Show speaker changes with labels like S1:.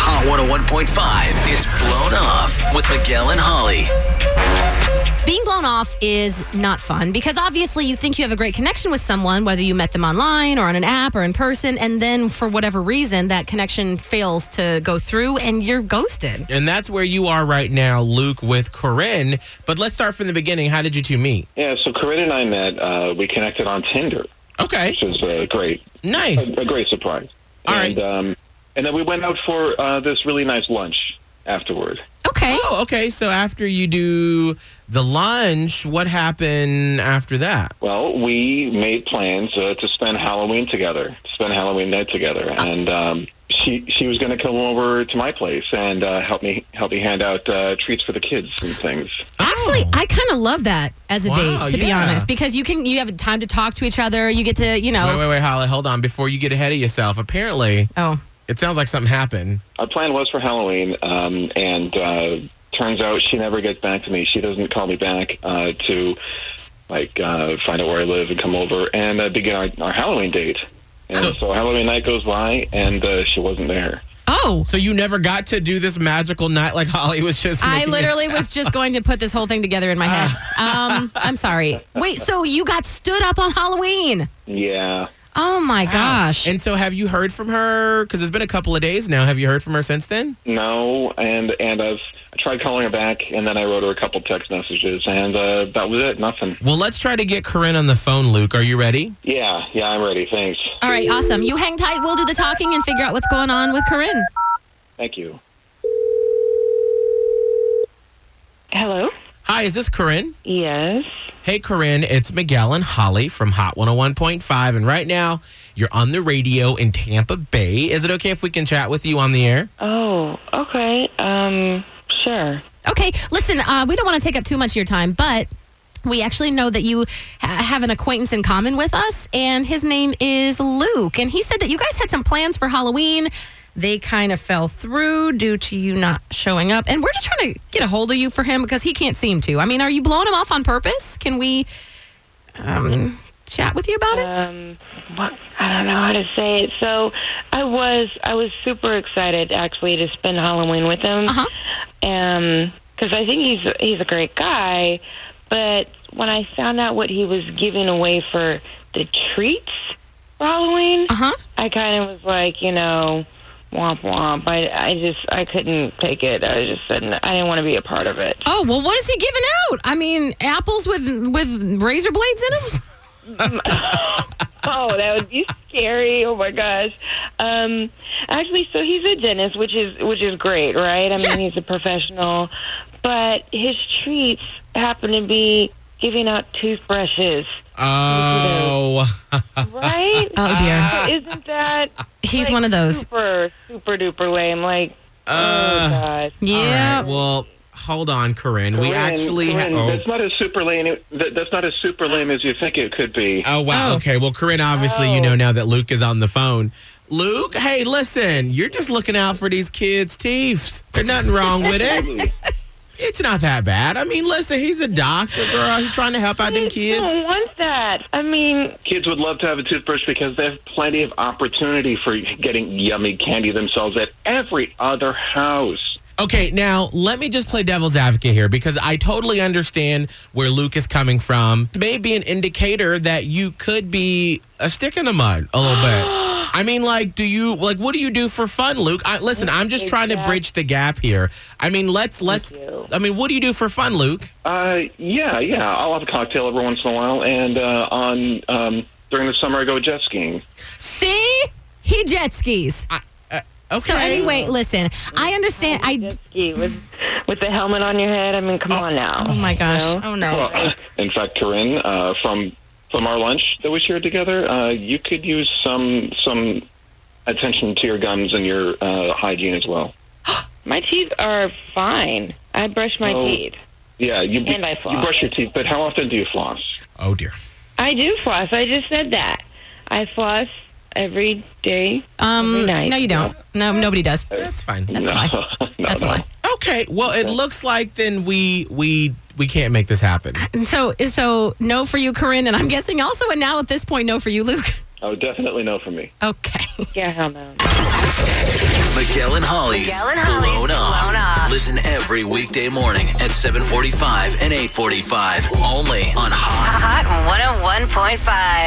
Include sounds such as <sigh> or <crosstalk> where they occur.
S1: 101.5 is Blown Off with Miguel and Holly.
S2: Being blown off is not fun because obviously you think you have a great connection with someone, whether you met them online or on an app or in person, and then for whatever reason that connection fails to go through and you're ghosted.
S3: And that's where you are right now, Luke, with Corinne. But let's start from the beginning. How did you two meet?
S4: Yeah, so Corinne and I met. Uh, we connected on Tinder,
S3: Okay.
S4: which is a great,
S3: Nice.
S4: a, a great surprise.
S3: All
S4: and,
S3: right.
S4: um, and then we went out for uh, this really nice lunch afterward.
S2: Okay.
S3: Oh, okay. So after you do the lunch, what happened after that?
S4: Well, we made plans uh, to spend Halloween together, to spend Halloween night together, and um, she she was going to come over to my place and uh, help me help me hand out uh, treats for the kids and things.
S2: Actually,
S3: Oh.
S2: I kind of love that as a
S3: Wow,
S2: date, to be
S3: yeah.
S2: honest, because you can you have time to talk to each other. You get to you know.
S3: Wait, wait, wait, Holly, hold on. Before you get ahead of yourself, apparently
S2: Oh,
S3: it sounds like something happened.
S4: Our plan was for Halloween, um, and uh, turns out she never gets back to me. She doesn't call me back uh, to like uh, find out where I live and come over and uh, begin our, our Halloween date. And
S3: So-
S4: so, Halloween night goes by, and uh, she wasn't there.
S2: oh.
S3: So you never got to do this magical night like <laughs> Holly was just.
S2: I
S3: making it
S2: literally
S3: sound.
S2: was just going to put this whole thing together in my
S3: <laughs>
S2: head. Um, I'm sorry. Wait, so you got stood up on Halloween?
S4: Yeah.
S2: Oh my gosh.
S3: And so, have you heard from her? Because it's been a couple of days now. Have you heard from her since then?
S4: No, and and I've I tried calling her back, and then I wrote her a couple text messages, and uh, that was it. Nothing.
S3: Well, let's try to get Corinne on the phone, Luke. Are you ready?
S4: Yeah, yeah, I'm ready. Thanks.
S2: All right, awesome. You hang tight. We'll do the talking and figure out what's going on with Corinne.
S4: Thank you.
S5: Hello.
S3: Hi, is this Corinne?
S5: Yes.
S3: Hey, Corinne, it's Miguel and Holly from Hot 101.5. And right now, you're on the radio in Tampa Bay. Is it okay if we can chat with you on the air?
S5: Oh, okay. Um, sure.
S2: Okay, listen, uh, we don't want to take up too much of your time, but we actually know that you ha- have an acquaintance in common with us, and his name is Luke. And he said that you guys had some plans for Halloween. They kind of fell through due to you not showing up. And we're just trying to get a hold of you for him because he can't seem to. I mean, are you blowing him off on purpose? Can we um, chat with you about it?
S5: Um, what? I don't know how to say it. So, I was I was super excited actually to spend Halloween with him.
S2: Uh-huh.
S5: Um, because I think he's he's a great guy, but when I found out what he was giving away for the treats for Halloween,
S2: Uh huh.
S5: I kind of was like, you know, womp womp. I I just I couldn't take it. I just said no- I didn't want to be a part of it.
S2: Oh well, what is he giving out? I mean, apples with with razor blades in them.
S5: Oh, that would be scary. Oh my gosh. Um, actually, so he's a dentist, which is which is great, right? I
S2: Sure.
S5: mean, he's a professional, but his treats happen to be giving out toothbrushes,
S3: Oh,
S2: <laughs>
S5: right?
S2: Oh dear,
S5: So Isn't that
S2: <gasps> he's
S5: like,
S2: one of those.
S5: super super duper lame? Like, oh
S3: uh,
S5: gosh.
S3: all
S2: Yeah.
S3: right. Well, hold on, Corinne. we
S4: Corinne,
S3: actually. ha-
S4: Corinne,
S3: oh.
S4: that's not as super lame. That, that's not as super lame as you think it could be.
S3: Oh wow.
S2: Oh.
S3: Okay. Well, Corinne, obviously, you
S5: Oh.
S3: know now that Luke is on the phone. Luke, hey, listen, you're just looking out for these kids' teeth. There's nothing wrong with it. It's not that bad. I mean, listen, he's a doctor, girl. He's trying to help out them
S5: I
S3: kids.
S5: don't want that. I mean,
S4: Kids would love to have a toothbrush because they have plenty of opportunity for getting yummy candy themselves at every other house.
S3: Okay, now let me just play devil's advocate here because I totally understand where Luke is coming from. Maybe an indicator that you could be a stick in the mud a little bit.
S2: <gasps>
S3: I mean, like, do you like what do you do for fun, Luke? I, listen, I'm just trying to bridge the gap here. I mean, let's let's.
S5: you.
S3: I mean, what do you do for fun, Luke?
S4: Uh, yeah, yeah. I'll have a cocktail every once in a while, and uh, on um, during the summer I go jet skiing.
S2: See, he jet skis.
S3: Okay.
S2: So anyway, listen, I understand. I.
S5: jet ski with with the helmet on your head. I mean, come on now.
S2: Oh my gosh.
S5: You know?
S2: Oh no.
S4: Well, in fact, Corinne, uh, from from our lunch that we shared together, uh, you could use some some attention to your gums and your uh, hygiene as well.
S5: My teeth are fine. I brush my
S4: Oh.
S5: teeth.
S4: Yeah, you
S5: And I floss.
S4: you brush your teeth, but how often do you floss?
S3: oh dear.
S5: I do floss. I just said that. I floss every day.
S2: Um.
S5: Every night.
S2: No, you don't. No, nobody does.
S3: That's fine.
S2: That's a lie.
S4: <laughs> no,
S2: That's a
S4: no.
S2: lie.
S3: Okay. Well, it looks like then we we we can't make this happen.
S2: And so, so no for you, Corinne, and I'm guessing also, and now at this point, no for you, Luke. <laughs>
S4: Oh, definitely no for me.
S2: Okay.
S5: Yeah, hell no.
S1: Miguel and Holly's,
S6: Miguel and Holly's
S1: blown, off.
S6: Blown Off.
S1: Listen every weekday morning at 7:45 and 8:45 only on Hot.
S6: Hot 101.5.